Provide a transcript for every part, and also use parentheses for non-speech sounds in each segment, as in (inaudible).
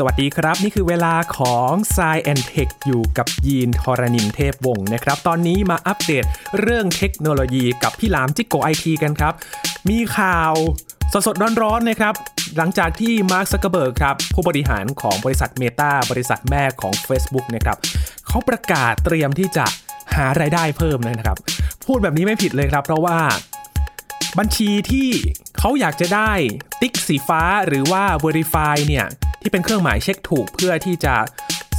สวัสดีครับ นี่คือเวลาของ s ซแอนเทคอยู่กับยีนทรณินเทพวงศ์นะครับ ตอนนี้มาอัปเดตเรื่องเทคโนโลยีกับพี่หลามจิกโกไอทีกันครับ มีข่าวสดๆร้อนๆนะครับ หลังจากที่มาร์คซักเบิร์กครับ ผู้บริหารของบริษัท Meta บริษัทแม่ของ Facebook นะครับเขาประกาศเตรียมที่จะหารายได้เพิ่มนะครับ พูดแบบนี้ไม่ผิดเลยครับ เพราะว่า บัญชีที่เขาอยากจะได้ติ๊กสีฟ้าหรือว่า Verify เนี่ย ที่เป็นเครื่องหมายเช็คถูกเพื่อที่จะ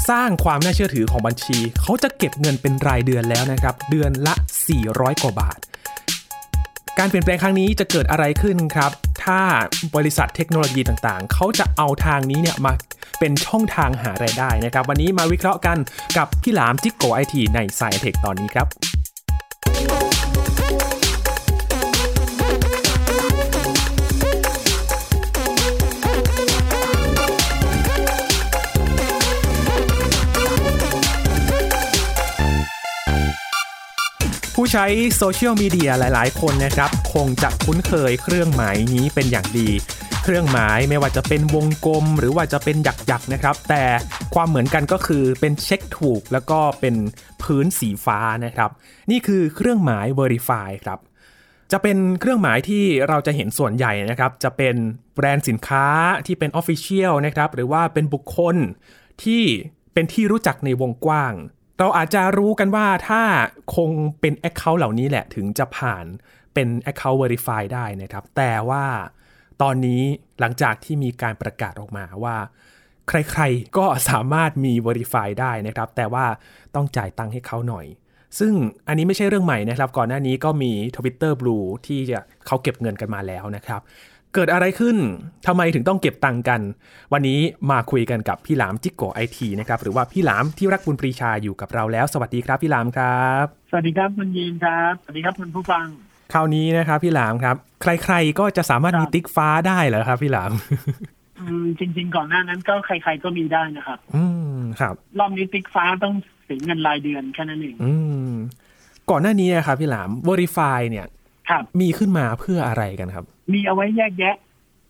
สร้างความน่าเชื่อถือของบัญชี เขาจะเก็บเงินเป็นรายเดือนแล้วนะครับ เดือนละ 400 กว่าบาท การเปลี่ยนแปลงครั้งนี้จะเกิดอะไรขึ้นครับ ถ้าบริษัทเทคโนโลยีต่างๆ เขาจะเอาทางนี้เนี่ยมาเป็นช่องทางหารายได้นะครับ วันนี้มาวิเคราะห์กันกับพี่หลามจิกโกไอทีในสายเทคตอนนี้ครับ ผู้ใช้โซเชียลมีเดียหลาย ๆ คนนะครับ คงจะคุ้นเคยเครื่องหมายนี้เป็นอย่างดี เครื่องหมายไม่ว่าจะเป็นวงกลมหรือว่าจะเป็นหยัก ๆ นะครับ แต่ความเหมือนกันก็คือเป็นเช็คถูกแล้วก็เป็นพื้นสีฟ้านะครับ นี่คือเครื่องหมาย Verify ครับ จะเป็นเครื่องหมายที่เราจะเห็นส่วนใหญ่นะครับ จะเป็นแบรนด์สินค้าที่เป็น Official นะครับ หรือว่าเป็นบุคคลที่เป็นที่รู้จักในวงกว้าง เราอาจจะรู้กันว่าถ้าคงเป็น Account เหล่านี้แหละถึงจะผ่านเป็น Account Verify ได้นะครับ แต่ว่าตอนนี้หลังจากที่มีการประกาศออกมาว่า ใครๆ ก็สามารถมี Verify ได้นะครับ แต่ว่าต้องจ่ายตังค์ให้เขาหน่อย ซึ่งอันนี้ไม่ใช่เรื่องใหม่นะครับ ก่อนหน้านี้ก็มี Twitter Blue ที่จะเขาเก็บเงินกันมาแล้วนะครับ เกิดอะไรขึ้นทำไมถึงต้องเก็บตังค์กัน วันนี้มาคุยกันกับพี่หลามจิกโกไอทีนะครับ หรือว่าพี่หลามที่รักบุญปรีชาอยู่กับเราแล้ว สวัสดีครับพี่หลามครับ สวัสดีครับคุณยีนครับ สวัสดีครับคุณผู้ฟัง คราวนี้นะครับพี่หลามครับ ใครๆก็จะสามารถ ครับ มีติ๊กฟ้าได้เหรอครับพี่หลาม อืมจริง ๆ ก่อนหน้านั้นก็ใคร ๆ ก็มีได้นะครับ อืมครับ รอบนี้ติ๊กฟ้าต้องเสียเงินรายเดือนแค่นั้นเอง อืมก่อนหน้านี้นะครับพี่หลาม Verify เนี่ย ครับ มีขึ้นมาเพื่ออะไรกันครับ มีเอาไว้แยกแยะ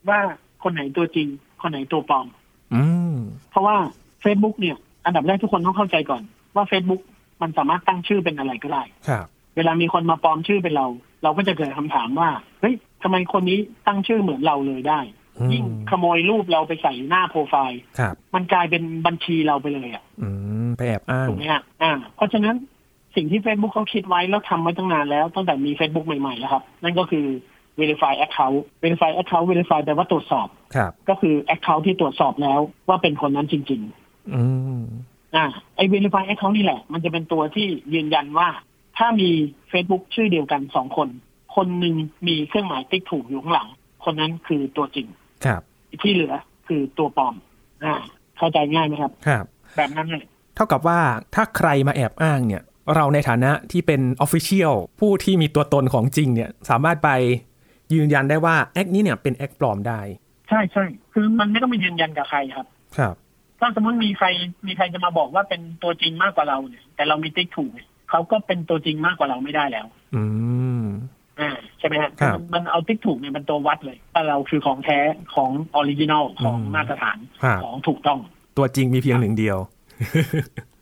ว่าคนไหนตัวจริง คนไหนตัวปลอม อืม เพราะว่า Facebook เนี่ย อันดับแรกทุกคนต้องเข้าใจก่อน ว่า Facebook มันสามารถตั้งชื่อเป็นอะไรก็ได้ ครับ เวลามีคนมาปลอมชื่อเป็นเรา เราก็จะเกิดคำถามว่าเฮ้ยทำไมคนนี้ตั้งชื่อเหมือนเราเลยได้ อืม ยิ่งขโมยรูปเราไปใส่หน้าโปรไฟล์ ครับ มันกลายเป็นบัญชีเราไปเลยอะ อืมไปแอบอ้าง ถูกไหมฮะอ่า เพราะฉะนั้นสิ่งที่ Facebook เขาคิดไว้แล้วทำไว้ตั้งนานแล้ว ตั้งแต่มี Facebook ใหม่ๆแล้วครับ นั่นก็คือ verify account verify account verify แปลว่าตรวจสอบ ครับ ก็คือ account ที่ตรวจสอบแล้วว่าเป็นคนนั้นจริง อืม ๆ อ่า ไอ้ verify account นี่แหละ มันจะเป็นตัวที่ยืนยันว่า ถ้ามี Facebook ชื่อเดียวกันสองคน คนหนึ่งมีเครื่องหมายติ๊กถูกอยู่ข้างหลัง คนนั้นคือตัวจริง ครับ ที่เหลือคือตัวปลอม อ่า เข้าใจง่ายไหมครับ ครับ แบบนั้นเลย เท่ากับว่าถ้าใครมาแอบอ้างเนี่ย เราในฐานะที่เป็น Official ผู้ที่มีตัวตนของจริงเนี่ย สามารถไปยืนยันได้ว่าแอคนี้เนี่ยเป็นแอคปลอมได้ ใช่ใช่คือมันไม่ต้องไปยืนยันกับใครครับ ครับ ถ้าสมมติมีใครมีใครจะมาบอกว่าเป็นตัวจริงมากกว่าเราเนี่ย แต่เรามีติ๊กถูกเนี่ยเขาก็เป็นตัวจริงมากกว่าเราไม่ได้แล้ว อืม อ่าใช่ไหมฮะ ครับ มันมันเอาติ๊กถูกเนี่ยเป็นตัววัดเลยว่าเราคือของแท้ของออริจินอลของมาตรฐาน ครับ ของถูกต้อง ตัวจริงมีเพียงหนึ่งเดียว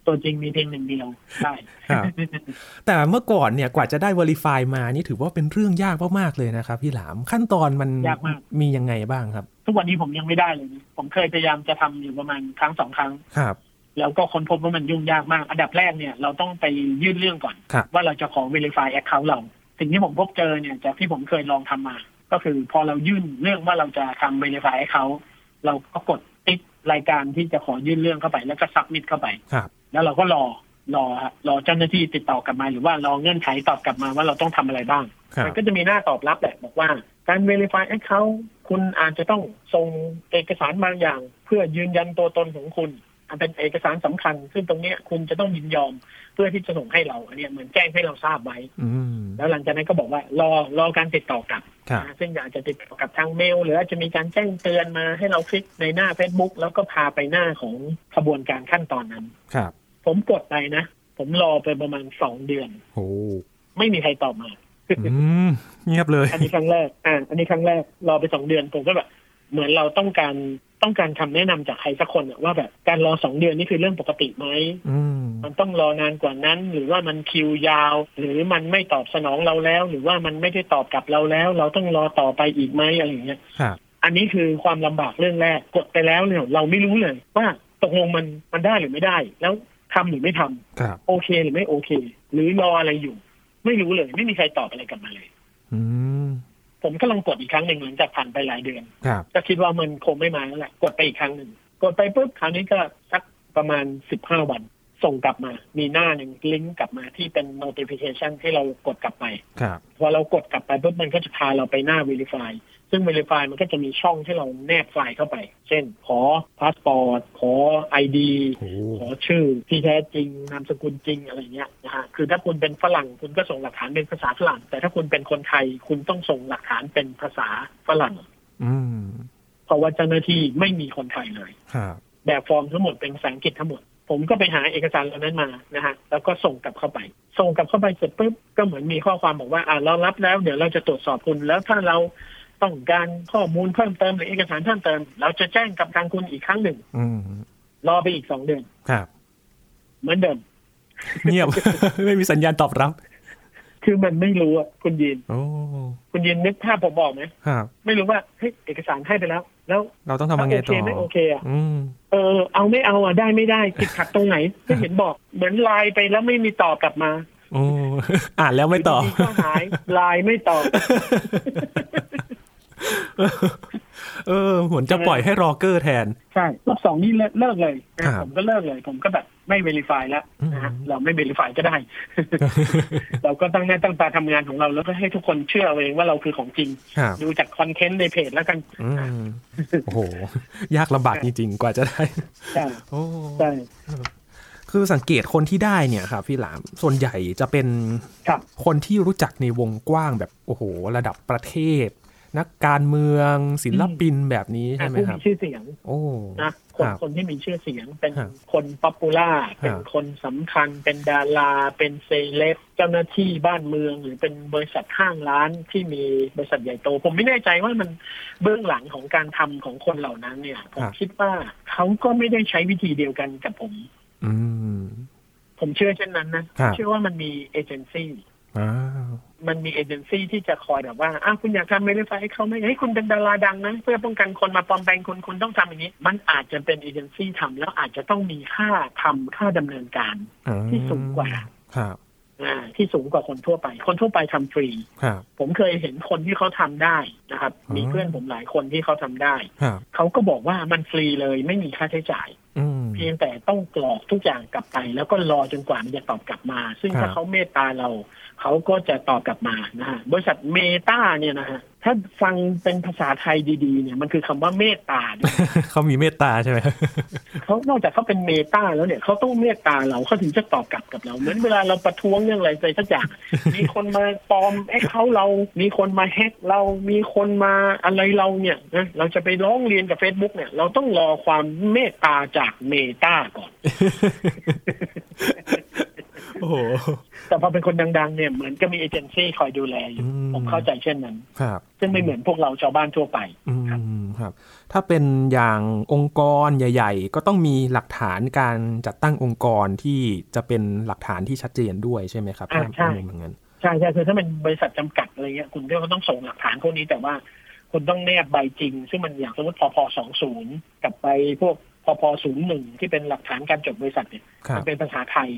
ตัวจริงมีเพียงหนึ่งเดียวใช่ ครับ (laughs) แต่เมื่อก่อนเนี่ยกว่าจะได้ Verify มานี่ถือว่าเป็นเรื่องยากมากๆเลยนะครับพี่หลามขั้นตอนมันมียังไงบ้างครับ ทุกวันนี้ผมยังไม่ได้เลยนะผมเคยพยายามจะทำอยู่ประมาณครั้งสองครั้ง ครับ แล้วก็ค้นพบว่ามันยุ่งยากมาก อันดับแรกเนี่ยเราต้องไปยื่นเรื่องก่อน ครับ ว่าเราจะขอ Verify Account เรา สิ่งที่ผมพบเจอเนี่ยจากที่ผมเคยลองทำมา ก็คือพอเรายื่นเรื่องว่าเราจะทำ Verify Account เราก็กดติ๊กรายการที่จะขอยื่นเรื่องเข้าไปแล้วก็ซับมิดเข้าไป ครับ แล้วเราก็รอรอฮะรอเจ้าหน้าที่ติดต่อกลับมา หรือว่ารอเงื่อนไขตอบกลับมาว่าเราต้องทำอะไรบ้าง ครับ มันก็จะมีหน้าตอบรับแหละบอกว่าการ Verify Account คุณอาจจะต้องส่งเอกสารบางอย่าง เพื่อยืนยันตัวตนของคุณอันเป็นเอกสารสำคัญ ซึ่งตรงเนี้ยคุณจะต้องยินยอมเพื่อที่จะส่งให้เราอันเนี้ยเหมือนแจ้งให้เราทราบไว้ อืม แล้วหลังจากนั้นก็บอกว่ารอรอการติดต่อกลับ ครับ นะซึ่งอาจจะติดต่อกลับทางเมล หรืออาจจะมีการแจ้งเตือนมาให้เราคลิกในหน้า Facebook แล้วก็พาไปหน้าของขบวนการขั้นตอนนั้น ครับ ผมกดไปนะ ผมรอไปประมาณสองเดือน โอ้ ไม่มีใครตอบมา อืมเงียบเลย อันนี้ครั้งแรก อ่า อันนี้ครั้งแรก รอไปสองเดือน ผมก็แบบ เหมือนเราต้องการต้องการคำแนะนำจากใครสักคนอะว่าแบบการรอสองเดือนนี่คือเรื่องปกติไหม อืม มันต้องรอนานกว่านั้น หรือว่ามันคิวยาว หรือมันไม่ตอบสนองเราแล้ว หรือว่ามันไม่ได้ตอบกลับเราแล้ว เราต้องรอต่อไปอีกไหมอะไรอย่างเงี้ย ครับ อันนี้คือความลำบากเรื่องแรกกดไปแล้วเนี่ยเราไม่รู้เลย ว่าตกลงมันมันได้หรือไม่ได้ แล้วทำหรือไม่ทำ ครับ โอเคหรือไม่โอเค หรือรออะไรอยู่ ไม่รู้เลย ไม่มีใครตอบอะไรกลับมาเลย อืม ผมก็ลองกดอีกครั้งหนึ่งหลังจากผ่านไปหลายเดือน ครับ ก็คิดว่ามันคงไม่มาแล้วแหละ กดไปอีกครั้งหนึ่ง กดไปปุ๊บคราวนี้ก็สักประมาณสิบห้าวัน ส่งกลับมา มีหน้าหนึ่งลิงก์กลับมาที่เป็น notification ให้เรากดกลับไป ครับ พอเรากดกลับไปปุ๊บมันก็จะพาเราไปหน้า verify ซึ่ง verify มันก็จะมีช่องให้เราแนบไฟล์เข้าไป เช่น ขอพาสปอร์ต ขอ ID โอ้ ขอชื่อที่แท้จริง นามสกุลจริงอะไรเงี้ยนะฮะ คือถ้าคุณเป็นฝรั่งคุณก็ส่งหลักฐานเป็นภาษาฝรั่ง แต่ถ้าคุณเป็นคนไทยคุณต้องส่งหลักฐานเป็นภาษาฝรั่ง อืม เพราะว่าเจ้าหน้าที่ไม่มีคนไทยเลย ครับ แบบฟอร์มทั้งหมดเป็นภาษาอังกฤษทั้งหมด ผมก็ไปหาเอกสารเหล่านั้นมานะฮะแล้วก็ส่งกลับเข้าไป ส่งกลับเข้าไปเสร็จปุ๊บก็เหมือนมีข้อความบอกว่าอ่าเรารับแล้ว เดี๋ยวเราจะตรวจสอบคุณแล้วถ้าเราต้องการข้อมูลเพิ่มเติมหรือเอกสารเพิ่มเติม เราจะแจ้งกับทางคุณอีกครั้งหนึ่ง อืม รอไปอีกสองเดือน ครับ เหมือนเดิม เงียบ (laughs) ไม่มีสัญญาณตอบรับ คือมันไม่รู้อะคุณยิน โอ้ คุณยินนึกภาพผมบอกไหม ครับ ไม่รู้ว่าเฮ้ยเอกสารให้ไปแล้ว แล้ว เราต้องทำยังไง โอเค ต่อ ไม่โอเคอะ อืม เออเอาไม่เอาอ่ะได้ไม่ได้ติดขัดตรงไหน ไม่เห็นบอกเหมือนไลน์ไปแล้วไม่มีตอบกลับมา โอ้ อ่านแล้วไม่ตอบ ดีๆก็ (laughs) หายไลน์ไม่ตอบ เออเหมือนจะปล่อยให้รอเกอร์แทน ใช่รอบสองนี่เลิกเลิกเลยนะครับ ผมก็เลิกเลย ผมก็แบบไม่เวลิฟายแล้วนะฮะ อืม เราไม่เวลิฟายก็ (laughs) ได้ เราก็ตั้งหน้าตั้งตาทำงานของเราแล้วก็ให้ทุกคนเชื่อเอาเองว่าเราคือของจริง ครับ ดูจากคอนเทนต์ในเพจแล้วกัน อืม โอ้โห ยากลำบากจริงๆ กว่าจะได้ ใช่ โอ้ ใช่ คือสังเกตคนที่ได้เนี่ยครับพี่หลาม ส่วนใหญ่จะเป็น ครับ คนที่รู้จักในวงกว้างแบบโอ้โห ระดับประเทศ นักการเมืองศิลปินแบบนี้ อ่ะ ใช่ไหม ผู้ ค มี รับ ชื่อเสียง โอ้ นะคน ครับ คนที่มีชื่อเสียงเป็น ครับ คนป๊อปปูล่าเป็น ครับ คนสำคัญ เป็นดารา เป็นเซเลบเจ้าหน้าที่บ้านเมือง หรือเป็นบริษัทห้างร้านที่มีบริษัทใหญ่โต ผมไม่แน่ใจว่ามันเบื้องหลังของการทำของคนเหล่านั้นเนี่ย ผมคิดว่าเขาก็ไม่ได้ใช้วิธีเดียวกันกับผม อืม ผมเชื่อเช่นนั้นนะครับ เชื่อว่ามันมีเอเจนซี่ อ้าว มันมีเอเจนซี่ที่จะคอยแบบว่าอ้าวคุณอยากทำไม่ได้ไฟให้เขาไหมเฮ้ยคุณเป็นดาราดังนะเพื่อป้องกันคนมาปลอมแปลงคุณคุณต้องทำอย่างนี้ มันอาจจะเป็นเอเจนซี่ทำแล้วอาจจะต้องมีค่าทำค่าดำเนินการ อ่า ที่สูงกว่า ครับ อ่าที่สูงกว่าคนทั่วไป คนทั่วไปทำฟรี ครับ ผมเคยเห็นคนที่เขาทำได้นะครับ อืม มีเพื่อนผมหลายคนที่เขาทำได้ ครับ เขาก็บอกว่ามันฟรีเลยไม่มีค่าใช้จ่าย อืม เพียงแต่ต้องกรอกทุกอย่างกลับไป แล้วก็รอจนกว่ามันจะตอบกลับมา ซึ่ง ครับ ถ้าเขาเมตตาเรา เขาก็จะตอบกลับมานะฮะบริษัทเมตาเนี่ยนะฮะถ้าฟังเป็นภาษาไทยดีๆเนี่ยมันคือคำว่าเมตตา (laughs) ด้วย (laughs) เขามีเมตตาใช่ไหม เขานอกจากเขาเป็นเมตาแล้วเนี่ยเขาต้องเมตตาเราเขาถึงจะตอบกลับกับเรา เหมือนเวลาเราประท้วงเรื่องอะไรไปสักอย่าง (laughs) มีคนมาปลอมแอคเขาเรา มีคนมาแฮกเรามีคนมาอะไรเราเนี่ยนะเราจะไปร้องเรียนกับ Facebook เนี่ย เราต้องรอความเมตตาจากเมตาก่อน (laughs) โอ้โห แต่พอเป็นคนดังๆ เนี่ยเหมือนก็มีเอเจนซี่คอยดูแลอยู่ อืม ผมเข้าใจเช่นนั้น ครับ ซึ่งไม่เหมือนพวกเราชาวบ้านทั่วไป อืม ครับ ถ้าเป็นอย่างองค์กรใหญ่ ๆ ก็ต้องมีหลักฐานการจัดตั้งองค์กรที่จะเป็นหลักฐานที่ชัดเจนด้วยใช่ไหมครับ อ่าถ้าใช่เป็นอย่างนั้น ใช่ใช่คือถ้าเป็นบริษัทจำกัดอะไรเงี้ยคุณก็ต้องส่งหลักฐานพวกนี้แต่ว่าคุณต้องแนบใบจริง ซึ่งมันอย่างสมมติพพสองศูนย์กับใบพวกพพศูนย์หนึ่งที่เป็นหลักฐานการจดบริษัทเนี่ย ครั มั บ นเป็นภาษาไทย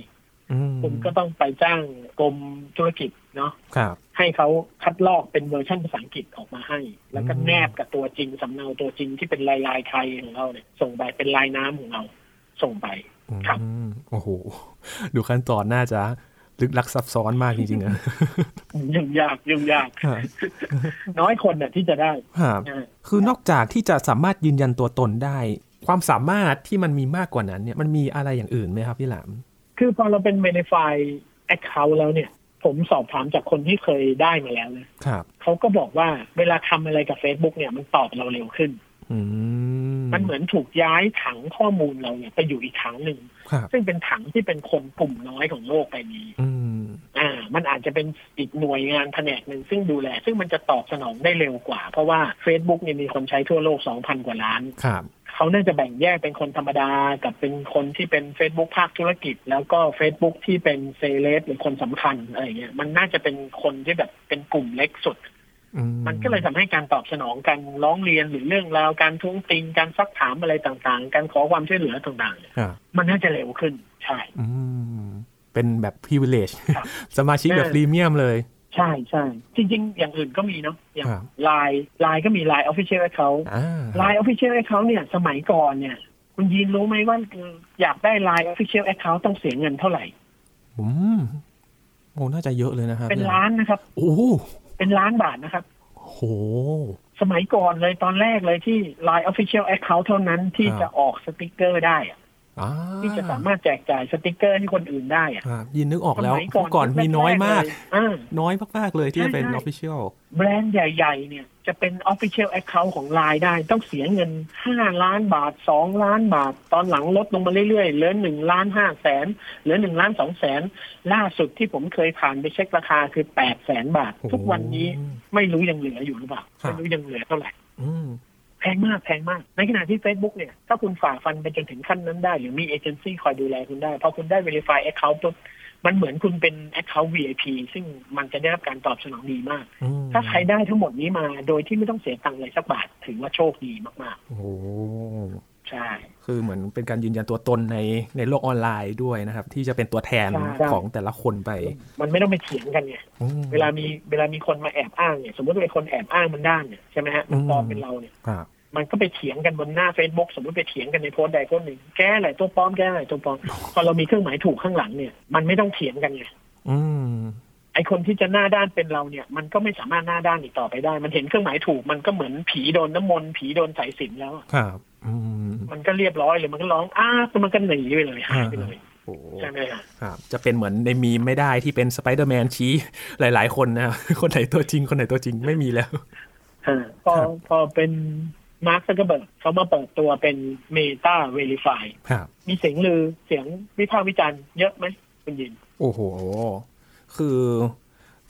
อืม คุณก็ต้องไปจ้างกรมธุรกิจเนาะ ครับ ให้เขาคัดลอกเป็นเวอร์ชันภาษาอังกฤษออกมาให้ แล้วก็ อืม แนบกับตัวจริงสำเนาตัวจริงที่เป็นลายลายๆไทยของเราเนี่ยส่งไปเป็นลายน้ำของเราส่งไป ครับ อืมโอ้โห ดูขั้นตอนน่าจะลึกลักซับซ้อนมากจริงๆนะ (laughs) ยุ่งยากยุ่งยาก ครับ (laughs) น้อยคนน่ะที่จะได้ ครับ นะ คือนอกจากที่จะสามารถยืนยันตัวตนได้ ความสามารถที่มันมีมากกว่านั้นเนี่ย มันมีอะไรอย่างอื่นไหมครับพี่หลาม คือพอเราเป็น Verify Account แล้วเนี่ย ผมสอบถามจากคนที่เคยได้มาแล้วนะครับ เขาก็บอกว่าเวลาทำอะไรกับ Facebook เนี่ยมันตอบเราเร็วขึ้น อืม มันเหมือนถูกย้ายถังข้อมูลเราเนี่ยไปอยู่อีกถังหนึ่ง ครับ ซึ่งเป็นถังที่เป็นคนกลุ่มน้อยของโลกใบนี้ อืม อ่า มันอาจจะเป็นอีกหน่วยงานแผนกหนึ่งซึ่งดูแล ซึ่งมันจะตอบสนองได้เร็วกว่า เพราะว่า Facebook เนี่ยมีคนใช้ทั่วโลก 2,000 กว่าล้าน ครับ เขาน่าจะแบ่งแยกเป็นคนธรรมดา กับเป็นคนที่เป็น Facebook ภาคธุรกิจ แล้วก็ Facebook ที่เป็นเซเลบหรือคนสำคัญอะไรเงี้ยมันน่าจะเป็นคนที่แบบเป็นกลุ่มเล็กสุด อื มันก็เลยทำให้การตอบสนองการร้องเรียนหรือเรื่องราวการท้วงติงการซักถามอะไรต่างๆ การขอความช่วยเหลือต่างๆเนี่ย ครับ มันน่าจะเร็วขึ้นใช่ อืม เป็นแบบ privilege ครับ (laughs) สมาชิกแบบ เออ พรีเมียมเลย ใช่ใช่จริง ๆ อย่างอื่นก็มีเนาะอย่าง ครับ ไลน์ไลน์ก็มีไลน์ออฟฟิเชียลเขา อ่า ไลน์ออฟฟิเชียลเขาเนี่ย สมัยก่อนเนี่ย คุณยีนรู้ไหมว่าอยากได้ไลน์ออฟฟิเชียลแอคเคาต้องเสียเงินเท่าไหร่ อืมโอ้น่าจะเยอะเลยนะครับ เป็น ย ล้านนะครับ โอ้โห เป็นล้านบาทนะครับ โห สมัยก่อนเลยตอนแรกเลยที่ Line Official Account เท่านั้นที่ ครับ จะออกสติกเกอร์ได้อะ อ่า ที่จะสามารถแจกจ่ายสติกเกอร์ให้คนอื่นได้อะ ครับยินนึกออก ส แล้ว มัย เมื่อก่อนมีน้อยมาก แรๆเลยอ่า น้อยมากๆเลยที่จะเป็น ใช่ใช่ official แบรนด์ใหญ่ ๆ เนี่ยจะเป็น Official Account ของ Line ได้ต้องเสียเงิน 5 ล้านบาท 2 ล้านบาท ตอนหลังลดลงมาเรื่อยๆ เหลือ1ล้าน5แสนเหลือ1ล้าน2แสนล่าสุดที่ผมเคยผ่านไปเช็คราคาคือ8แสนบาท โอ้โห ทุกวันนี้ไม่รู้ยังเหลืออยู่หรือเปล่า ครับ ไม่รู้ยังเหลือเท่าไหร่ อืม แพงมากแพงมาก ในขณะที่ Facebook เนี่ย ถ้าคุณฝ่าฟันไปจนถึงขั้นนั้นได้ หรือมีเอเจนซี่คอยดูแลคุณได้ พอคุณได้ Verify Account ปุ๊บมันเหมือนคุณเป็น Account VIP ซึ่งมันจะได้รับการตอบสนองดีมาก อืม ถ้าใครได้ทั้งหมดนี้มาโดยที่ไม่ต้องเสียตังค์เลยสักบาท ถือว่าโชคดีมาก โอ้โห ๆ ใช่ คือเหมือนเป็นการยืนยันตัวตนในในโลกออนไลน์ด้วยนะครับ ที่จะเป็นตัวแทน ใช่ใช่ ของแต่ละคนไป มันไม่ต้องไปเถียงกันไง อืม เวลามีเวลามีคนมาแอบอ้างเนี่ย สมมติว่าไอ้คนแอบอ้างมันด้านเนี่ยใช่ไหมฮะมันปลอม อืม เป็นเราเนี่ย ครับ มันก็ไปเถียงกันบนหน้า Facebook สมมติไปเถียงกันในโพสต์ใดโพสต์หนึ่งแก้อะไรตัวปลอมแก้อะไรตัวปลอมพอเรามีเครื่องหมายถูกข้างหลังเนี่ยมันไม่ต้องเถียงกันไง อืม ไอคนที่จะหน้าด้านเป็นเราเนี่ย มันก็ไม่สามารถหน้าด้านอีกต่อไปได้ มันเห็นเครื่องหมายถูกมันก็เหมือนผีโดนน้ำมนต์ผีโดนสายสิญจนแล้วอะ ครับอืม มันก็เรียบร้อยเลยมันก็ร้องอ้าแล้วมันก็หนีไปเลยหายไปเลย โอ้โห ใช่ไหมฮะ ครับ จะเป็นเหมือนในมีมไม่ได้ที่เป็นสไปเดอร์แมนชี้หลาย ๆ คนนะครับ (laughs) คนไหนตัวจริง คนไหนตัวจริงไม่มีแล้ว อ่าพอ ครับ พอเป็นมาร์คซักเกอร์เบิร์กเขามาเปิดตัวเป็นเมตาเว r i ฟาย ครับ มีเสียงลือเสียงวิพากษ์วิจารณ์เยอะไหมคุณยิน โอ้โห คือ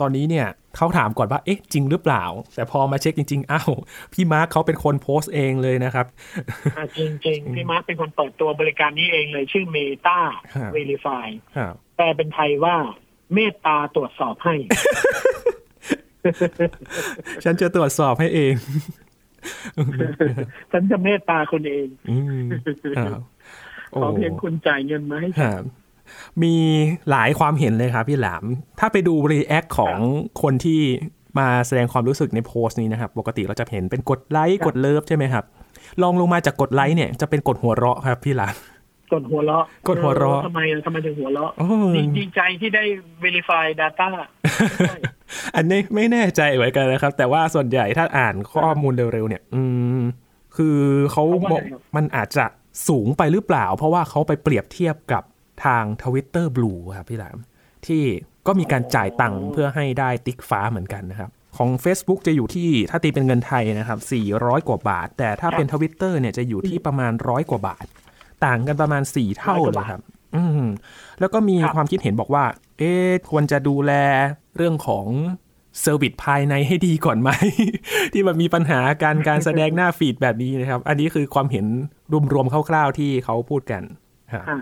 ตอนนี้เนี่ยเขาถามก่อนว่า เอ๊ะ จริงหรือเปล่า แต่พอมาเช็คจริง ๆ อ้าว พี่มาร์คเขาเป็นคนโพสต์เองเลยนะครับ อ่าจริงจริงๆ พี่มาร์คเป็นคนเปิดตัวบริการนี้เองเลยชื่อเมตา ครับ เว r i ฟาย ครับ แปลเป็นไทยว่าเมตตาตรวจสอบให้ ฉันจะตรวจสอบให้เอง ฉันจะเมตตาคุณเอง อืม (laughs) ครับ ขอเพียงคุณจ่ายเงินมาให้ ครับมีหลายความเห็นเลยครับพี่หลาม ถ้าไปดูรีแอคของคนที่มาแสดงความรู้สึกในโพสต์นี้นะครับ ปกติเราจะเห็นเป็นกดไลค์ ครับ กดเลิฟใช่ไหมครับ ลองลงมาจากกดไลค์เนี่ยจะเป็นกดหัวเราะครับพี่หลาม กดหัวเราะ กดหัวเราะ ออทำไมทำไมถึงหัวเราะ โอ้ย ดีดีใจที่ได้เว r i ฟาย Data อันนี้ไม่แน่ใจเหมือนกันนะครับ แต่ว่าส่วนใหญ่ถ้าอ่านข้อมูลเร็วๆเนี่ย อืม คือเขา เขา บ ว่า อก ไงครับ มันอาจจะสูงไปหรือเปล่า เพราะว่าเขาไปเปรียบเทียบกับทาง Twitter Blue ครับพี่หลาม ที่ก็มีการจ่ายตังค์เพื่อให้ได้ติ๊กฟ้าเหมือนกันนะครับ ของ Facebook จะอยู่ที่ถ้าตีเป็นเงินไทยนะครับ 400 กว่าบาท แต่ถ้าเป็น Twitter เนี่ยจะอยู่ที่ประมาณร้อยกว่าบาท ต่างกันประมาณ 4 เท่าเลยครับ อืม แล้วก็มี ครับ ความคิดเห็นบอกว่า เอ๊ะควรจะดูแลเรื่องของเซอร์วิสภายในให้ดีก่อนไหม (laughs) ที่มันมีปัญหาการการแสดงหน้าฟีดแบบนี้นะครับ อันนี้คือความเห็นรวมๆคร่าวๆที่เขาพูดกันครับ อ่ะ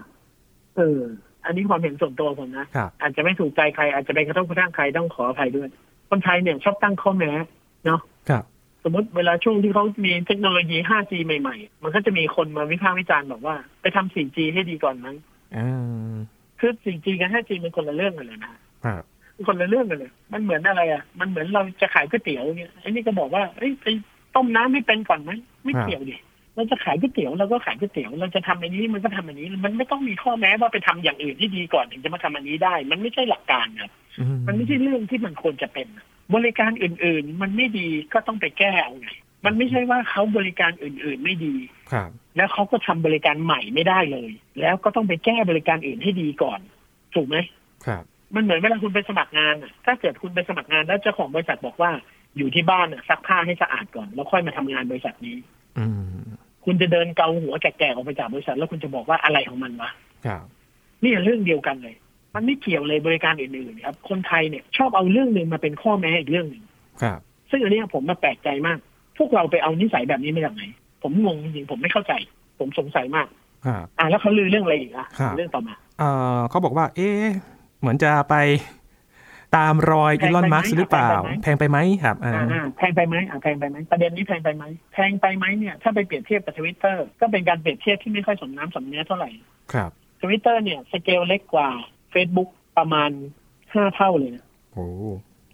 เออ อันนี้ความเห็นส่วนตัวผมนะ ครับ อาจจะไม่ถูกใจใคร อาจจะไปกระทบกระทั่งใครต้องขออภัยด้วย คนไทยเนี่ยชอบตั้งข้อแม้เนาะ ครับ สมมติเวลาช่วงที่เขามีเทคโนโลยี 5G ใหม่ๆ มันก็จะมีคนมาวิพากษ์วิจารณ์บอกว่าไปทำ 4G ให้ดีก่อนมั้ง อ่า คือ 4G กับ 5G มันคนละเรื่องกันเลยนะครับ คนละเรื่องกันเลย มันเหมือนอะไรอ่ะ มันเหมือนเราจะขายก๋วยเตี๋ยวเนี่ยไอ้นี่ก็บอกว่าเอ้ยไปต้มน้ำไม่เป็นก่อนไหมไม่เกี่ยวดิเราจะขายก๋วยเตี๋ยวเราก็ขายก๋วยเตี๋ยวเราจะทำอันนี้มันก็ทำอันนี้ มันไม่ต้องมีข้อแม้ว่าไปทำอย่างอื่นที่ดีก่อนถึงจะมาทำอันนี้ได้ มันไม่ใช่หลักการนะ อื มันไม่ใช่เรื่องที่มันควรจะเป็นน่ะบริการอื่นๆ มันไม่ดีก็ต้องไปแก้เอาไงมันไม่ใช่ว่าเขาบริการอื่นๆไม่ดี ครับ แล้วเขาก็ทำบริการใหม่ไม่ได้เลย แล้วก็ต้องไปแก้บริการอื่นให้ดีก่อน ถูกไหม ครับ มันเหมือนเวลาคุณไปสมัครงานน่ะถ้าเกิดคุณไปสมัครงานแล้วเจ้าของบริษัทบอกว่าอยู่ที่บ้านน่ะซักผ้าให้สะอาดก่อน แล้วค่อยมาทำงานบริษัทนี้ อืม คุณจะเดินเกาหัวแก่ๆออกไปจากบริษัท แล้วคุณจะบอกว่าอะไรของมันวะ ครับ นี่เรื่องเดียวกันเลย มันไม่เกี่ยวเลยบริการอื่นๆครับคนไทยเนี่ยชอบเอาเรื่องหนึ่งมาเป็นข้อแม้อีกเรื่องหนึ่ง ครับ ซึ่งอันเนี้ยผมมาแปลกใจมาก พวกเราไปเอานิสัยแบบนี้มาจากไหน ผมงงจริงๆผมไม่เข้าใจ ผมสงสัยมาก ครับ อ่ะแล้วเขาลือเรื่องอะไรอีกอ่ะ ครับ เรื่องต่อมา เอ่อเขาบอกว่า เอ๊ะเหมือนจะไปตามรอย แพ อี งไปลอนไหมมัสหรือเปล่า แพงไปไหม แพงไปไหมครับอ่า อ่าอ่าแพงไปไหมอ่าแพงไปไหมประเด็นนี้แพงไปไหมแพงไปไหมเนี่ยถ้าไปเปรียบเทียบกับทวิตเตอร์ก็เป็นการเปรียบเทียบที่ไม่ค่อยสมน้ำสมเนื้อเท่าไหร่ ครับ ทวิตเตอร์เนี่ยสเกลเล็กกว่า Facebook ประมาณห้าเท่าเลยนะ โอ้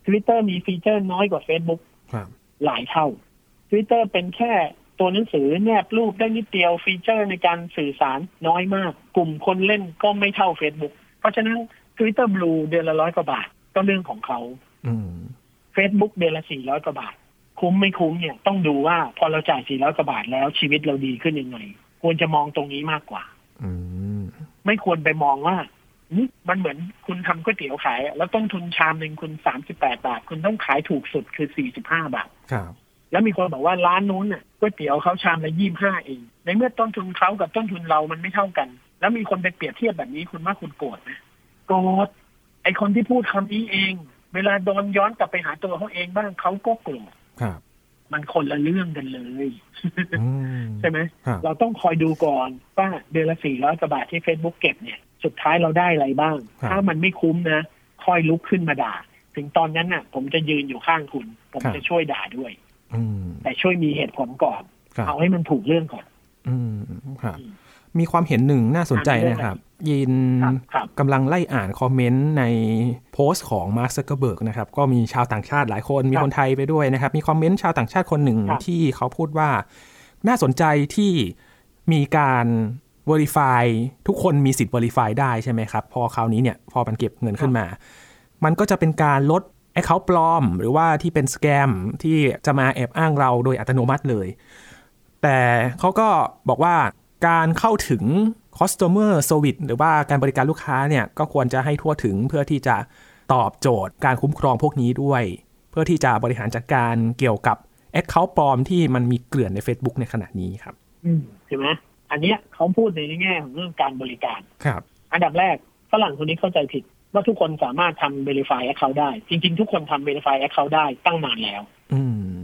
ทวิตเตอร์มีฟีเจอร์น้อยกว่า Facebook ครับ หลายเท่า Twitter เป็นแค่ตัวหนังสือแนบรูปได้นิดเดียวฟีเจอร์ในการสื่อสารน้อยมาก กลุ่มคนเล่นก็ไม่เท่า Facebook เพราะฉะนั้น Twitter Blue เดือนละร้อยกว่าบาทก็เรื่องของเขา อืม Facebook เดือนละสี่ร้อยกว่าบาท คุ้มไม่คุ้มเนี่ยต้องดูว่าพอเราจ่ายสี่ร้อยกว่าบาทแล้วชีวิตเราดีขึ้นยังไง ควรจะมองตรงนี้มากกว่า อืม ไม่ควรไปมองว่าหึมันเหมือนคุณทำก๋วยเตี๋ยวขายอะแล้วต้นทุนชามหนึ่งคุณสามสิบแปดบาท คุณต้องขายถูกสุดคือสี่สิบห้าบาท ครับ แล้วมีคนบอกว่าร้านนู้นน่ะก๋วยเตี๋ยวเขาชามละยี่ห้าเอง ในเมื่อต้นทุนเขากับต้นทุนเรามันไม่เท่ากัน แล้วมีคนไปเปรียบเทียบแบบนี้คุณว่าคุณโกรธไหมโกรธไอคนที่พูดคำนี้เอง เวลาโดนย้อนกลับไปหาตัวเขาเองบ้างเขาก็โกรธ ครับ มันคนละเรื่องกันเลย อืม ใช่ไหม ครับ เราต้องคอยดูก่อนว่าเดือนละสี่ร้อยกว่าบาทที่ Facebook เก็บเนี่ย สุดท้ายเราได้อะไรบ้าง ถ้ามันไม่คุ้มนะค่อยลุกขึ้นมาด่า ถึงตอนนั้นน่ะ ผมจะยืนอยู่ข้างคุณ ผมจะช่วยด่าด้วย อืม แต่ช่วยมีเหตุผลก่อน ครับ เอาให้มันถูกเรื่องก่อน อืมครับ อืม มีความเห็นหนึ่งน่าสนใจ อ่านด้วย นะครับ ยิน ครับครับ กำลังไล่อ่านคอมเมนต์ในโพสต์ของมาร์คซักเกอร์เบิร์กนะครับ ก็มีชาวต่างชาติหลายคน มีคนไทยไปด้วยนะครับ มีคอมเมนต์ชาวต่างชาติคนหนึ่ง ครับ ที่เขาพูดว่า น่าสนใจที่มีการ Verify ทุกคนมีสิทธิ์ Verify ได้ใช่ไหมครับ พอคราวนี้เนี่ย พอมันเก็บเงินขึ้นมา มันก็จะเป็นการลดไอ้เขาปลอม หรือว่าที่เป็นสแกมที่จะมาแอบอ้างเราโดยอัตโนมัติเลย แต่เขาก็บอกว่าการเข้าถึง customer service หรือว่าการบริการลูกค้าเนี่ยก็ควรจะให้ทั่วถึงเพื่อที่จะตอบโจทย์การคุ้มครองพวกนี้ด้วย เพื่อที่จะบริหารจัดการเกี่ยวกับ Account ปลอมที่มันมีเกลื่อนใน Facebook ในขณะนี้ครับ เห็นไหมอันเนี้ยเขาพูดในแง่ของเรื่องการบริการ ครับ อันดับแรกฝรั่งคนนี้เข้าใจผิด ว่าทุกคนสามารถทำ Verify Account ได้ จริง ๆ ทุกคนทำ Verify Account ได้ตั้งนานแล้ว อืม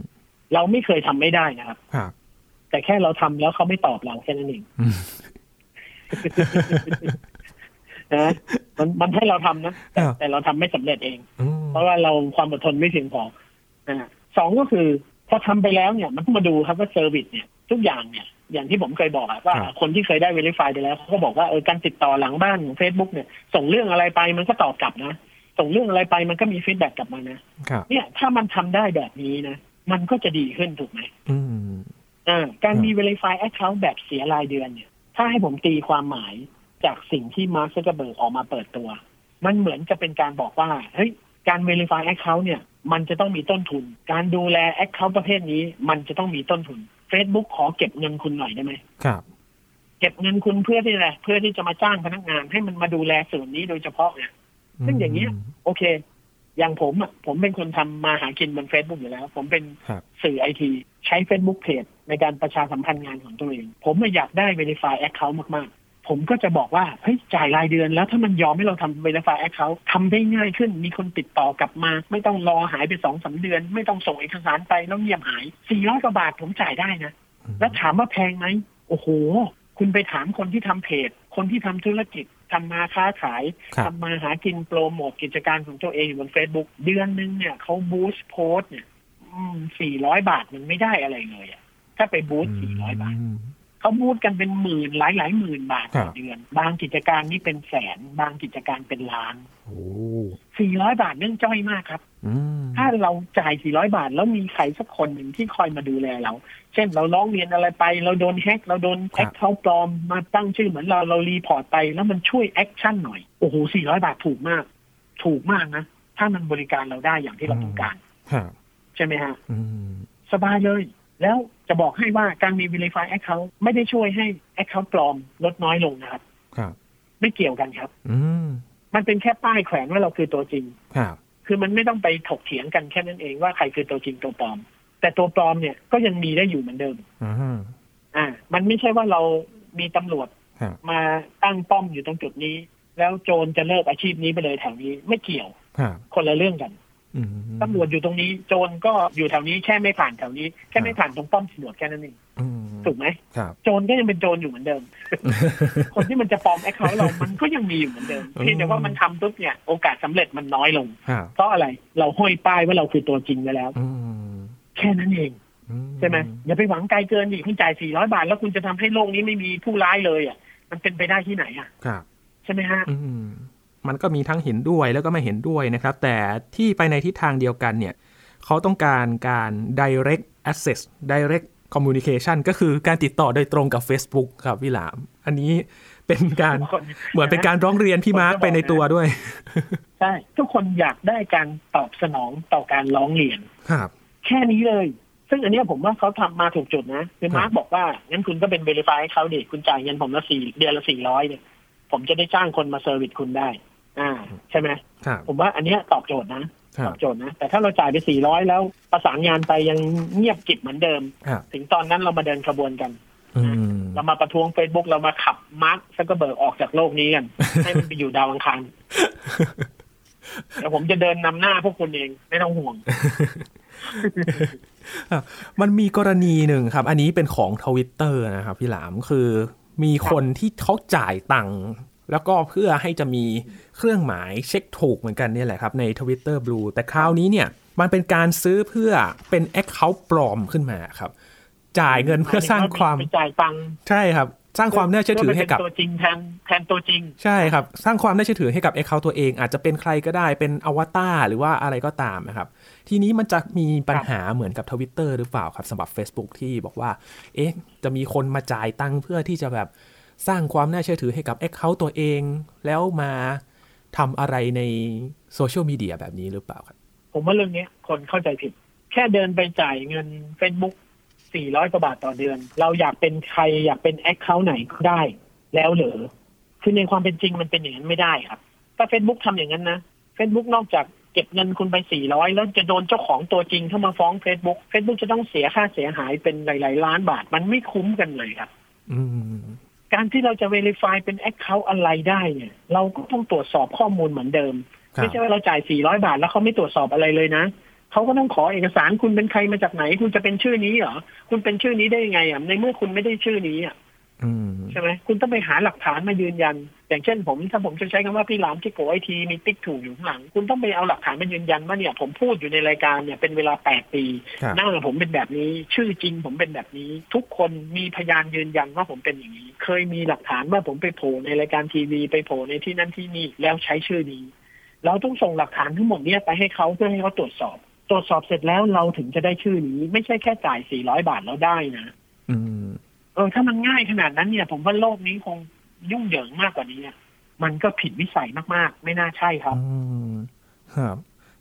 เราไม่เคยทำไม่ได้นะครับ ครับ แต่แค่เราทำแล้วเขาไม่ตอบเราแค่นั้นเอง อืม นะมันมันให้เราทำนะ อ้าว แต่เราทำไม่สำเร็จเอง อืม เพราะว่าเราความอดทนไม่เพียงพอนะฮะสองก็คือ พอทำไปแล้วเนี่ย มันต้องมาดูครับว่าเซอร์วิสเนี่ย ทุกอย่างเนี่ย อย่างที่ผมเคยบอกอะว่าคนที่เคยได้ Verify ไปแล้วเขาก็บอกว่าเออการติดต่อหลังบ้านของ Facebook เนี่ย ส่งเรื่องอะไรไปมันก็ตอบกลับนะ ส่งเรื่องอะไรไปมันก็มีฟีดแบ็กกลับมานะ ครับ เนี่ยถ้ามันทำได้แบบนี้นะ มันก็จะดีขึ้นถูกไหม อืม อ่าการมี ครับ Verify Account แบบเสียรายเดือนเนี่ย ถ้าให้ผมตีความหมายจากสิ่งที่มาร์คซักเกอร์เบิร์กออกมาเปิดตัว มันเหมือนจะเป็นการบอกว่าเฮ้ยการ Verify Account เนี่ย มันจะต้องมีต้นทุน การดูแล Account ประเภทนี้มันจะต้องมีต้นทุน Facebook ขอเก็บเงินคุณหน่อยได้ไหม ครับ เก็บเงินคุณเพื่อที่อะไรเพื่อที่จะมาจ้างพนักงาน ให้มันมาดูแลส่วนนี้โดยเฉพาะเนี่ย ซึ่งอย่างเงี้ย โอเค อย่างผมอ่ะ ผมเป็นคนทำมาหากินบน Facebook อยู่แล้ว ผมเป็น ครับ สื่อไอที ใช้ Facebook Page ในการประชาสัมพันธ์งานของตัวเอง ผมอะอยากได้ Verify Account มาก ๆ ผมก็จะบอกว่า เฮ้ย จ่ายรายเดือนแล้วถ้ามันยอมให้เราทำ Verify Account ทำได้ง่ายขึ้น มีคนติดต่อกลับมา ไม่ต้องรอหายไปสองสาเดือน ไม่ต้องส่งเอกสารไปแล้วเงียบหายสี่ร้อยกว่าบาทผมจ่ายได้นะ อืม แล้วถามว่าแพงไหม โอ้โห คุณไปถามคนที่ทำเพจ คนที่ทำธุรกิจทำมาค้าขาย ครับ ทำมาหากินโปรโมทกิจการของตัวเองอยู่บน Facebook เดือนหนึงเนี่ยเขาบูสต์โพสต์เนี่ยสี่ร้อยบาทมันไม่ได้อะไรเลยอะถ้าไปบูสต์สี่ร้อยบาท ม เขาบูสต์กันเป็นหมื่นหลายหลายๆหมื่นบาทคต่อรับ เดือน บางกิจการนี่เป็นแสน บางกิจการเป็นล้าน โอ้ สี่ร้อยบาทเรื่องจ้อยมากครับ อืม ถ้าเราจ่ายสี่ร้อยบาท แล้วมีใครสักคนหนึ่งที่คอยมาดูแลเรา เช่นเราร้องเรียนอะไรไป เราโดนแฮกเราโดนแอคเคาท์ปลอมมาตั้งชื่อเหมือนเราเรารีพอร์ตไป แล้วมันช่วยแอคชั่นหน่อย โอ้โหสี่ร้อยบาทถูกมาก ถูกมากนะ ถ้ามันบริการเราได้อย่างที่เราต้องการ ครับ ใช่ไหมฮะ อืม สบายเลย แล้วจะบอกให้ว่าการมี Verify Account ไม่ได้ช่วยให้ Account ปลอมลดน้อยลงนะครับ ครับ ไม่เกี่ยวกันครับ อืม มันเป็นแค่ป้ายแขวนว่าเราคือตัวจริง ครับ คือมันไม่ต้องไปถกเถียงกันแค่นั้นเองว่าใครคือตัวจริงตัวปลอม แต่ตัวปลอมเนี่ยก็ยังมีได้อยู่เหมือนเดิม อ่า อ่า มันไม่ใช่ว่าเรามีตำรวจ ครับ มาตั้งป้อมอยู่ตรงจุดนี้ แ แล้วโจรจะเลิกอาชีพนี้ไปเลยแถวนี้ไม่เกี่ยว ฮะ คนละเรื่องกัน อืม ตำรวจอยู่ตรงนี้โจรก็อยู่แถวนี้แค่ไม่ผ่านแถวนี้แค่ไม่ผ่านตรงป้อมตำรวจแค่นั้นเอง อืม ถูกไหม ครับ โจรก็ยังเป็นโจรอยู่เหมือน (laughs) เดิม คนที่มันจะปลอมแอคเคาท์เรา มันก็ยังมีอยู่เหมือนเดิม อืม เพียงแต่ว่ามันทำปุ๊บเนี่ยโอกาสสำเร็จมันน้อยลง ฮะ เพราะอะไรเราห้อยป้ายว่าเราคือตัวจริงไปแล้ว อืม แค่นั้นเอง อื ใช่ไหมอย่าไปหวังไกลเกินดิคุณจ่าย 400 บาท แล้วคุณจะทำให้โลกนี้ไม่มีผู้ร้ายเลยอ่ะมันเป็นไปได้ที่ไหนอ่ะ ครับ ใช่ไหมฮะ อืมมันก็มีทั้งเห็นด้วยแล้วก็ไม่เห็นด้วยนะครับ แต่ที่ไปในทิศทางเดียวกันเนี่ยเขาต้องการการ direct access direct communication ก็คือการติดต่อโดยตรงกับ Facebook ครับพี่หลาม อันนี้เป็นการเหมือนเป็นการร้องเรียนพี่มาร์คไปในตัวด้วย ใช่ทุกคนอยากได้การตอบสนองต่อการร้องเรียน ครับ แค่นี้เลย ซึ่งอันเนี้ยผมว่าเขาทำมาถูกจุดนะคือมาร์กบอกว่างั้นคุณก็เป็นเบริฟายเขาดิคุณจ่ายเงินผมละสี่เดือนละสี่ร้อยเนี่ย ผมจะได้จ้างคนมาเซอร์วิสคุณได้ อ่า ใช่ไหม ครับ ผมว่าอันเนี้ยตอบโจทย์นะ ครั ต บ อบโจทย์นะ แต่ถ้าเราจ่ายไปสี่ร้อยแล้วประสานงานไปยังเงียบกริบเหมือนเดิม ครับ ถึงตอนนั้นเรามาเดินขบวนกัน อืม เรามาประท้วง Facebook เรามาขับมาร์คซักเกอร์เบิร์กออกจากโลกนี้กัน (laughs) ให้มันไปอยู่ดาวอังคารเดี๋ยวผมจะเดินนำหน้าพวกคุณเองไม่ต้องห่วง มันมีกรณีหนึ่งครับ อันนี้เป็นของทวิตเตอร์นะครับพี่หลามคือมีคนที่เขาจ่ายตังค์แล้วก็เพื่อให้จะมีเครื่องหมายเช็คถูกเหมือนกันเนี่ยแหละครับ ใน Twitter Blue แต่คราวนี้เนี่ย มันเป็นการซื้อเพื่อเป็น Account ปลอมขึ้นมาครับ จ่ายเงินเพื่อสร้างความ ไปจ่ายตังค์ ใช่ครับ สร้างความน่าเชื่อถือให้กับ เพื่อไปเป็นตัวจริงแทนแทนตัวจริง ใช่ครับ สร้างความน่าเชื่อถือให้กับ Account ตัวเองอาจจะเป็นใครก็ได้เป็นอวตารหรือว่าอะไรก็ตามนะครับ ทีนี้มันจะมีปัญหาเหมือนกับทวิตเตอร์หรือเปล่าครับสำหรับ Facebook ที่บอกว่า เอ๊ะ จะมีคนมาจ่ายตังค์เพื่อที่จะแบบสร้างความน่าเชื่อถือให้กับ Account ตัวเอง แล้วมาทำอะไรในโซเชียลมีเดียแบบนี้หรือเปล่าครับ ผมว่าเรื่องเนี้ยคนเข้าใจผิด แค่เดินไปจ่ายเงิน Facebook 400 กว่าบาทต่อเดือน เราอยากเป็นใครอยากเป็นแอคเคาท์ไหนก็ได้ แล้วเหรอคือในความเป็นจริงมันเป็นอย่างนั้นไม่ได้ครับ ถ้า Facebook ทำอย่างนั้นนะ Facebook นอกจากเก็บเงินคุณไป 400 แล้วจะโดนเจ้าของตัวจริงเข้ามาฟ้อง Facebook Facebook จะต้องเสียค่าเสียหายเป็นหลายๆล้านบาท มันไม่คุ้มกันเลยครับ อืม การที่เราจะ Verify เป็น Account อะไรได้เนี่ยเราก็ต้องตรวจสอบข้อมูลเหมือนเดิม ครับ ไม่ใช่ว่าเราจ่าย 400 บาทแล้วเขาไม่ตรวจสอบอะไรเลยนะ เขาก็ต้องขอเอกสารคุณเป็นใครมาจากไหน คุณจะเป็นชื่อนี้เหรอ คุณเป็นชื่อนี้ได้ยังไงอ่ะ ในเมื่อคุณไม่ได้ชื่อนี้อ่ะ อืม ใช่ไหมคุณต้องไปหาหลักฐานมายืนยัน อย่างเช่นผมถ้าผมจะใช้คำว่าพี่หลามที่โกไอทีมีติ๊กถูกอยู่ข้างหลัง คุณต้องไปเอาหลักฐานมายืนยันว่าเนี่ยผมพูดอยู่ในรายการเนี่ยเป็นเวลา 8 ปี ครับ หน้าผมเป็นแบบนี้ ชื่อจริงผมเป็นแบบนี้ ทุกคนมีพยานยืนยันว่าผมเป็นอย่างนี้ เคยมีหลักฐานว่าผมไปโผล่ในรายการทีวีไปโผล่ในที่นั่นที่นี่แล้วใช้ชื่อนี้ เราต้องส่งหลักฐานทั้งหมดเนี้ยไปให้เขาเพื่อให้เขาตรวจสอบ ตรวจสอบเสร็จแล้วเราถึงจะได้ชื่อนี้ ไม่ใช่แค่จ่าย 400 บาทแล้วได้นะ อืม เออถ้ามันง่ายขนาดนั้นเนี่ย ผมว่าโลกนี้คงยุ่งเหยิงมากกว่านี้อะมันก็ผิดวิสัยมากๆ ไม่น่าใช่ครับ อืมครับ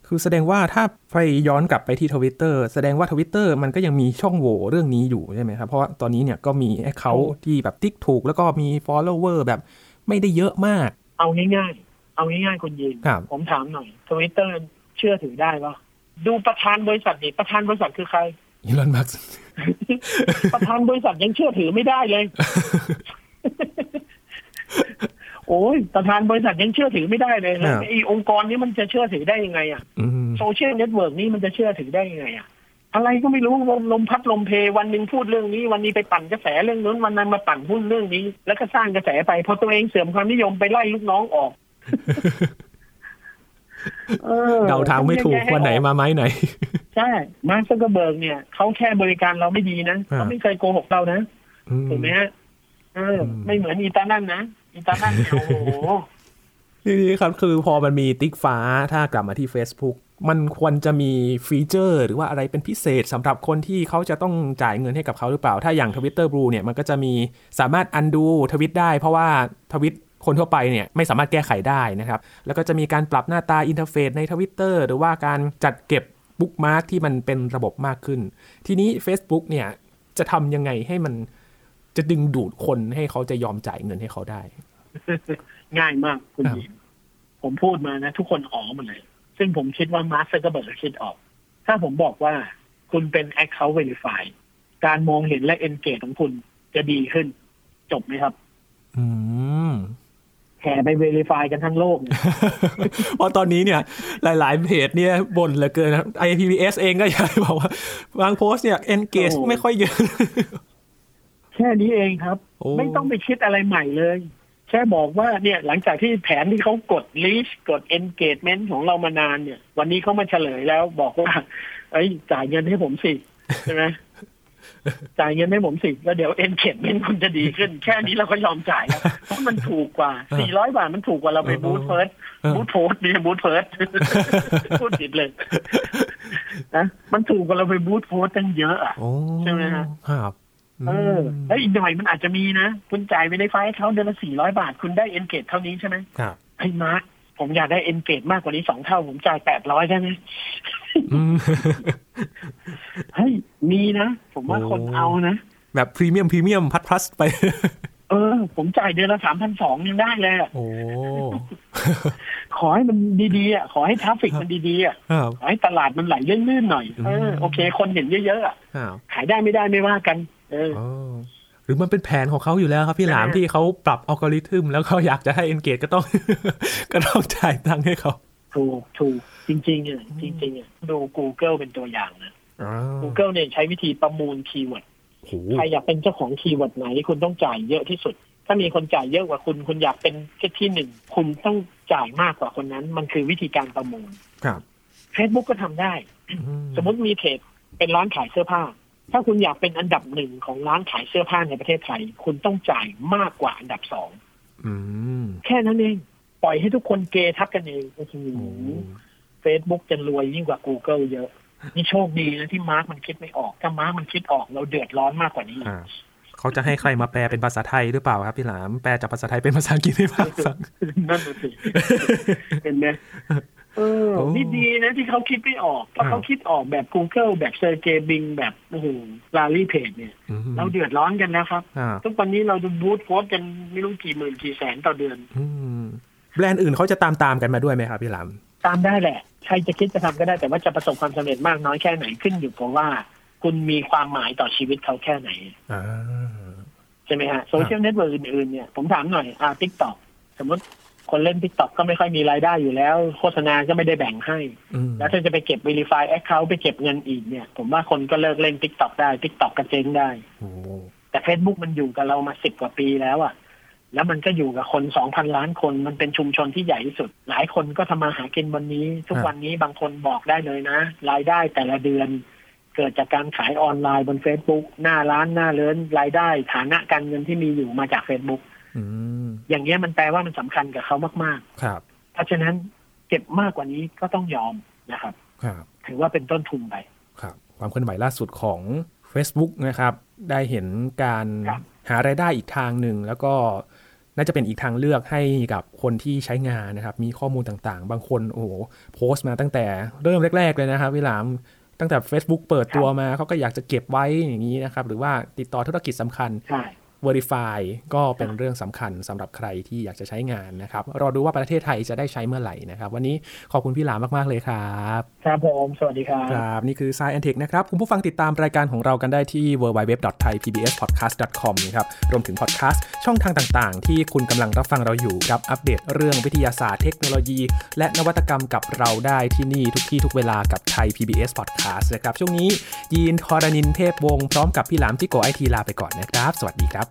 คือแสดงว่าถ้าไปย้อนกลับไปที่ทวิตเตอร์แสดงว่าทวิตเตอร์มันก็ยังมีช่องโหว่เรื่องนี้อยู่ใช่ไหมครับ เพราะว่าตอนนี้เนี่ยก็มีแอคเคาท์ที่แบบติ๊กถูก แล้วก็มี follower แบบไม่ได้เยอะมาก เอาง่ายๆ เอาง่ายๆคุณยิน ครับ ผมถามหน่อยทวิตเตอร์เชื่อถือได้ปะดูประธานบริษัทดิประธานบริษัทคือ (laughs) ใคร อีลอนมัส ประธานบริษัทยังเชื่อถือไม่ได้ (laughs) เลย โอ้ยประธานบริษัทยังเชื่อถือไม่ได้เลยแล้วไอองค์กรนี้มันจะเชื่อถือได้ยังไงอ่ะ อืม โซเชียลเน็ตเวิร์กนี่มันจะเชื่อถือได้ยังไงอ่ะอะไรก็ไม่รู้ลมลมพัดลมเพวันหนึ่งพูดเรื่องนี้ วันนี้ไปปั่นกระแสเรื่องนู้นวันนั้นมาปั่นหุ้นเรื่องนี้ แล้วก็สร้างกระแสไปพอตัวเองเสื่อมความนิยมไปไล่ลูกน้องออกออ เดาทางไม่ถูกวันไหนมาไม้ไหน ใช่ มาร์คซักเกอร์เบิร์กเนี่ยเขาแค่บริการเราไม่ดีนะ อ่า เขาไม่เคยโกหกเรานะ อืม ถูกไหมฮะเอออ ม ไม่เหมือนอีตานั่นนะอีตานั่นเนี่ยโอ้โห ทีนี้ครับคือพอมันมีติ๊กฟ้าถ้ากลับมาที่ Facebook มันควรจะมีฟีเจอร์ หรือว่าอะไรเป็นพิเศษสำหรับคนที่เขาจะต้องจ่ายเงินให้กับเขาหรือเปล่า ถ้าอย่าง Twitter Blue เนี่ยมันก็จะมีสามารถอันดูทวิตได้ เพราะว่าทวิตคนทั่วไปเนี่ยไม่สามารถแก้ไขได้นะครับ แล้วก็จะมีการปรับหน้าตาอินเทอร์เฟซในทวิตเตอร์หรือว่าการจัดเก็บบุ๊กมาร์กที่มันเป็นระบบมากขึ้น ทีนี้ Facebook เนี่ยจะทำยังไงให้มันจะดึงดูดคนให้เขาจะยอมจ่ายเงินให้เขาได้ (laughs) ง่ายมากคุณ ครับ หญิงผมพูดมานะ ทุกคนอ๋อหมดเลย ซึ่งผมคิดว่ามาร์คซักเกอร์เบิร์กคิดออก ถ้าผมบอกว่าคุณเป็น Account Verify การมองเห็นและ Engage ของคุณจะดีขึ้น จบไหมครับ อืม แห่ไป Verify กันทั้งโลกเนี่ย (laughs) (laughs) เพราะตอนนี้เนี่ยหลาย ๆ เพจเนี่ยบ่นเหลือเกินนะครับ IPVS เองก็อยากจะบอกว่าบางโพสต์เนี่ย engage ไม่ค่อยเยอะ แค่นี้เองครับ โอ้ ไม่ต้องไปคิดอะไรใหม่เลย แค่บอกว่าเนี่ยหลังจากที่แผนที่เขากด leash กด engagement ของเรามานานเนี่ย วันนี้เขามาเฉลยแล้วบอกว่า เอ้ยจ่ายเงินให้ผมสิ ใช่ไหมจ่ายเงินให้ผมสิแล้วเดี๋ยว engagement คุณจะดีขึ้น แค่นี้เราก็ยอมจ่ายแล้วเพราะมันถูกกว่า 400 บาทมันถูกกว่าเราไปบูธเฟิร์ส บูธโพสต์นี่บูธเพิร์ด (laughs) พูดผิดเลยนะมันถูกกว่าเราไปบูธโพสต์ตั้งเยอะอะ โอ้ ใช่ไหมฮะ ครับ เออแล้วอีกหน่อยมันอาจจะมีนะ คุณจ่ายไปในไฟล์เขาเดือนละสี่ร้อยบาท คุณได้เอนเกตเท่านี้ใช่ไหม ครับ ไอ้มาร์คผมอยากได้เอนเกตมากกว่านี้สองเท่า ผมจ่ายแปดร้อยได้ไหม อืม (laughs) เฮ้ยมีนะ ผมว่า โอ้ คนเอานะ แบบพรีเมียมพรีเมียมพัดพลัสไป (laughs) เออ ผมจ่ายเดือนละสามพันสองยังได้เลยอะ โอ้ ขอให้มันดีๆอะขอให้ทราฟฟิกมันดีๆอะ ครับ ขอให้ตลาดมันไหลลื่นๆหน่อยเออ ม โอเค คนเห็นเยอะๆอะ ครับ ขายได้ไม่ได้ไม่ว่ากัน เออ อ๋อหรือมันเป็นแผนของเขาอยู่แล้วครับพี่หลาม ใช่ ที่เขาปรับอัลกอริทึมแล้วเขาอยากจะให้ engage ก็ต้อง (laughs) ก็ต้องจ่ายตังค์ให้เขา ถูกถูกจริงๆเนี่ยจริงๆเนี่ยดู Google เป็นตัวอย่างนะ อ๋อ Google เนี่ยใช้วิธีประมูลคีย์เวิร์ด โอ้โห ใครอยากเป็นเจ้าของคีย์เวิร์ดไหน คุณต้องจ่ายเยอะที่สุด ถ้ามีคนจ่ายเยอะกว่าคุณ คุณอยากเป็นที่ที่หนึ่งคุณต้องจ่ายมากกว่าคนนั้น มันคือวิธีการประมูล ครับ Facebook ก็ทำได้ อื สมมติมีเพจเป็นร้านขายเสื้อผ้า ถ้าคุณอยากเป็นอันดับหนึ่งของร้านขายเสื้อผ้าในประเทศไทย คุณต้องจ่ายมากกว่าอันดับสอง อืม แค่นั้นเองปล่อยให้ทุกคนเกทับกันเองโอ้โห โอ้ Facebook จะรวยยิ่งกว่า Google เยอะ นี่โชคดีนะที่มาร์กมันคิดไม่ออก ถ้ามาร์กมันคิดออกเราเดือดร้อนมากกว่านี้ อ่า เขาจะให้ใครมาแปลเป็นภาษาไทยหรือเปล่าครับพี่หลาม แปลจากภาษาไทยเป็นภาษาอังกฤษให้ฟังฟัง นั่นน่ะสิ เห็นไหมเออ โอ้ นี่ดีนะที่เขาคิดไม่ออกเพราะ อ่า เขาคิดออกแบบ Google แบบเซอร์เกบิงแบบโอ้โหลารีเพจเนี่ย อืม เรา (laughs) เดือดร้อนกันนะครับ อ่า ทุกวันนี้เราดูบูธโพสต์กันไม่รู้กี่หมื่นกี่แสนต่อเดือน อืมแบรนด์อื่นเขาจะตามตามๆกันมาด้วยไหมครับพี่หลาม ตามได้แหละ ใครจะคิดจะทำก็ได้แต่ว่าจะประสบความสำเร็จมากน้อยแค่ไหนขึ้นอยู่กับว่า คุณมีความหมายต่อชีวิตเขาแค่ไหน อ่า ใช่ไหมฮะโซเชียลเน็ตเวิร์กอื่นๆเนี่ยผมถามหน่อยอ่าทิกตอกสมมติคนเล่นทิกตอกก็ไม่ค่อยมีรายได้อยู่แล้ว โฆษณาก็ไม่ได้แบ่งให้ อืม แล้วถ้าจะไปเก็บ Verify Account ไปเก็บเงินอีกเนี่ย ผมว่าคนก็เลิกเล่นทิกตอกได้ทิกตอกก็เจ๊งได้ โอ้ แต่ Facebook มันอยู่กับเรามาสิบกว่าปีแล้วอะแล้วมันก็อยู่กับคนสองพันล้านคนมันเป็นชุมชนที่ใหญ่ที่สุด หลายคนก็ทำมาหากินวันนี้ ทุกวันนี้บางคนบอกได้เลยนะ รายได้แต่ละเดือน เกิดจากการขายออนไลน์บน Facebook หน้าร้านหน้าเลือนรายได้ฐานะการเงินที่มีอยู่มาจาก Facebook อืม อย่างเงี้ยมันแปลว่ามันสำคัญกับเขามาก ครับ ๆ เพราะฉะนั้นเก็บมากกว่านี้ก็ต้องยอมนะครับ ครับ ถือว่าเป็นต้นทุนไป ครับ ความเคลื่อนไหวล่าสุดของ Facebook นะครับ ได้เห็นการ ครับ หารายได้อีกทางหนึ่ง แล้วก็น่าจะเป็นอีกทางเลือกให้กับคนที่ใช้งานนะครับ มีข้อมูลต่างๆ บางคนโอ้โหโพสต์มาตั้งแต่เริ่มแรก ๆ เลยนะครับพี่หลาม ตั้งแต่ Facebook เปิดตัวมาเขาก็อยากจะเก็บไว้อย่างนี้นะครับ หรือว่าติดต่อธุรกิจสำคัญ ใช่ Verify ก็เป็นเรื่องสำคัญสำหรับใครที่อยากจะใช้งานนะครับ รอดูว่าประเทศไทยจะได้ใช้เมื่อไหร่นะครับ วันนี้ขอบคุณพี่หลามมาก ๆ เลยครับ ครับผมสวัสดีครับ ครับ นี่คือ s ายแอนเทคนะครับ คุณผู้ฟังติดตามรายการของเรากันได้ที่ www.thaipbspodcast.com นะครับ รวมถึงพอดแคาสต์ช่องทางต่างๆ ที่คุณกำลังรับฟังเราอยู่ครับ อัปเดตเรื่องวิทยาศาสตร์เทคโนโลยี และนวัตกรรมกับเราได้ที่นี่ทุกที่ทุกเวลากับไทย PBS Podcast นะครับ ช่วงนี้ยีนทอรานินเทพวงศ์พร้อมกับพี่หลามจิโกไอทีลาไปก่อนนะครับ สวัสดีครับ